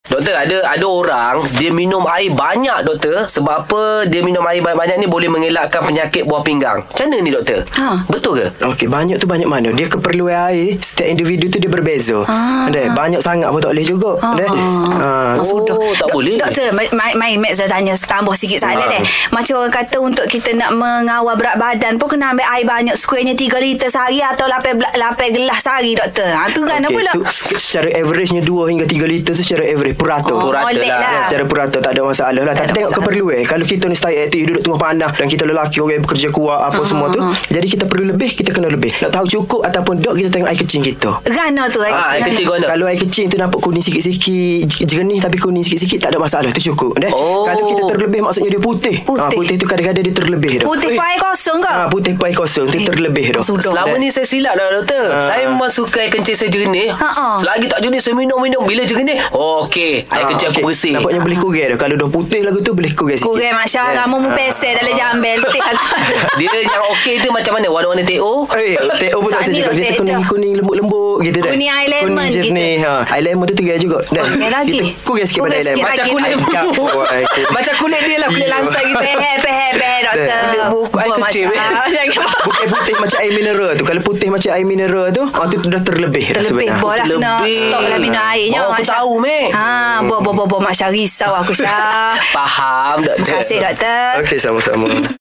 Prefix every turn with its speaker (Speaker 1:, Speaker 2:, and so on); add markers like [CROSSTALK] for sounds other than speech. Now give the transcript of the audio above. Speaker 1: Doktor ada ada orang dia minum air banyak doktor sebab apa dia minum air banyak-banyak ni boleh mengelakkan penyakit buah pinggang. Macam mana ni doktor?
Speaker 2: Ha.
Speaker 1: Betul ke?
Speaker 3: Okey, banyak tu banyak mana. Dia keperluan air setiap individu tu dia berbeza.
Speaker 2: Ah.
Speaker 3: Dek, banyak sangat pun tak boleh juga. Dek. Ah.
Speaker 1: Oh, tak boleh.
Speaker 2: Doktor, main, main Max dah tanya tambah sikit salah
Speaker 1: Ha.
Speaker 2: deh. Macam orang kata untuk kita nak mengawal berat badan pun kena ambil air banyak sekurangnya 3 liter sehari atau 8, 8 gelas sehari doktor. Ha, tu kan okay,
Speaker 3: Okey,
Speaker 2: pula.
Speaker 3: tu secara average-nya 2 hingga 3 liter tu secara average purata.
Speaker 2: Oh,
Speaker 1: Purata
Speaker 2: molek
Speaker 1: lah.
Speaker 3: Ya, secara purata tak ada masalah lah.
Speaker 2: Tak
Speaker 3: Tapi
Speaker 2: ada
Speaker 3: tengok
Speaker 2: masalah.
Speaker 3: keperluan. Kalau kita ni stay aktif duduk tengah panah dan kita lelaki orang yang bekerja kuat
Speaker 2: Ah,
Speaker 3: apa semua tu. Jadi kita perlu lebih, kita kena lebih. Nak tahu cukup ataupun dok kita tengok air kecil kita.
Speaker 2: Gana tu eh.
Speaker 1: Ah, air kecil
Speaker 3: Mana?
Speaker 1: guna.
Speaker 3: Kalau air kecil tu nampak kuning sikit-sikit Jernih tapi kuning sikit-sikit Tak ada masalah Tu cukup dah.
Speaker 1: Oh.
Speaker 3: Kalau kita terlebih Maksudnya dia putih
Speaker 2: Putih.
Speaker 3: Ah, Putih tu kadang-kadang dia terlebih dah.
Speaker 2: Putih pun air kosong ke?
Speaker 3: Ah, Putih pai kosong Tu
Speaker 2: Eh,
Speaker 3: terlebih dah.
Speaker 2: sudah.
Speaker 1: Selama
Speaker 3: Dan-
Speaker 1: ni saya silap lah doktor.
Speaker 3: Ah.
Speaker 1: Saya memang suka air kencing saya jernih.
Speaker 2: Ha-ha.
Speaker 1: Selagi tak jernih saya minum-minum. Bila jernih, oh, okey. Air
Speaker 3: Ah,
Speaker 1: kencing aku
Speaker 3: okey.
Speaker 1: bersih.
Speaker 3: Nampaknya boleh kurang
Speaker 2: [LAUGHS]
Speaker 3: dah Kalau dah putih lagu tu Boleh kurang sikit
Speaker 2: Kurang Masya
Speaker 1: Eh.
Speaker 2: Allah. Mu mu pesel
Speaker 1: Ah.
Speaker 2: dalam jambel. Teh
Speaker 1: [LAUGHS]
Speaker 2: aku. Lah,
Speaker 1: Dia yang okey tu macam mana? Warna-warna TO?
Speaker 3: Eh, teh pun tak
Speaker 2: Saat
Speaker 3: rasa
Speaker 2: ni
Speaker 3: juga.
Speaker 2: dah
Speaker 3: Dia
Speaker 2: teh
Speaker 3: kuning,
Speaker 2: dah.
Speaker 3: kuning lembut-lembut gitu dah.
Speaker 2: Kuning air lemon
Speaker 3: Kuning jernih. Ha. Air lemon tu tiga juga. Dah.
Speaker 2: Okey lagi.
Speaker 3: Kita kurang sikit pada
Speaker 2: Kurang
Speaker 3: air lemon.
Speaker 2: sikit
Speaker 1: Macam
Speaker 2: lagi.
Speaker 1: kulit
Speaker 3: Ajak.
Speaker 1: buku.
Speaker 3: Wah, itu.
Speaker 1: Macam kulit dia lah. Kulit
Speaker 3: eh. Iya.
Speaker 1: langsai gitu.
Speaker 2: Pehe, pehe, pehe doktor.
Speaker 1: Kulit buku, Eh. air
Speaker 2: Buat
Speaker 1: kecil, eh.
Speaker 2: Masya [LAUGHS] Allah.
Speaker 3: Bukan putih macam air mineral tu. Kalau putih macam air mineral tu, ah tu dah terlebih. dah
Speaker 2: Terlebih
Speaker 3: sebenarnya.
Speaker 2: buah lah kena
Speaker 1: Terlebih.
Speaker 2: stop lah minum airnya.
Speaker 1: Oh, aku
Speaker 2: Masya-
Speaker 1: tahu, Mek.
Speaker 2: Ha,
Speaker 1: [LAUGHS]
Speaker 2: buah, buah, buah, buah. Masya risau aku Syah.
Speaker 1: Faham doktor.
Speaker 2: Terima kasih doktor.
Speaker 3: Okey, sama-sama.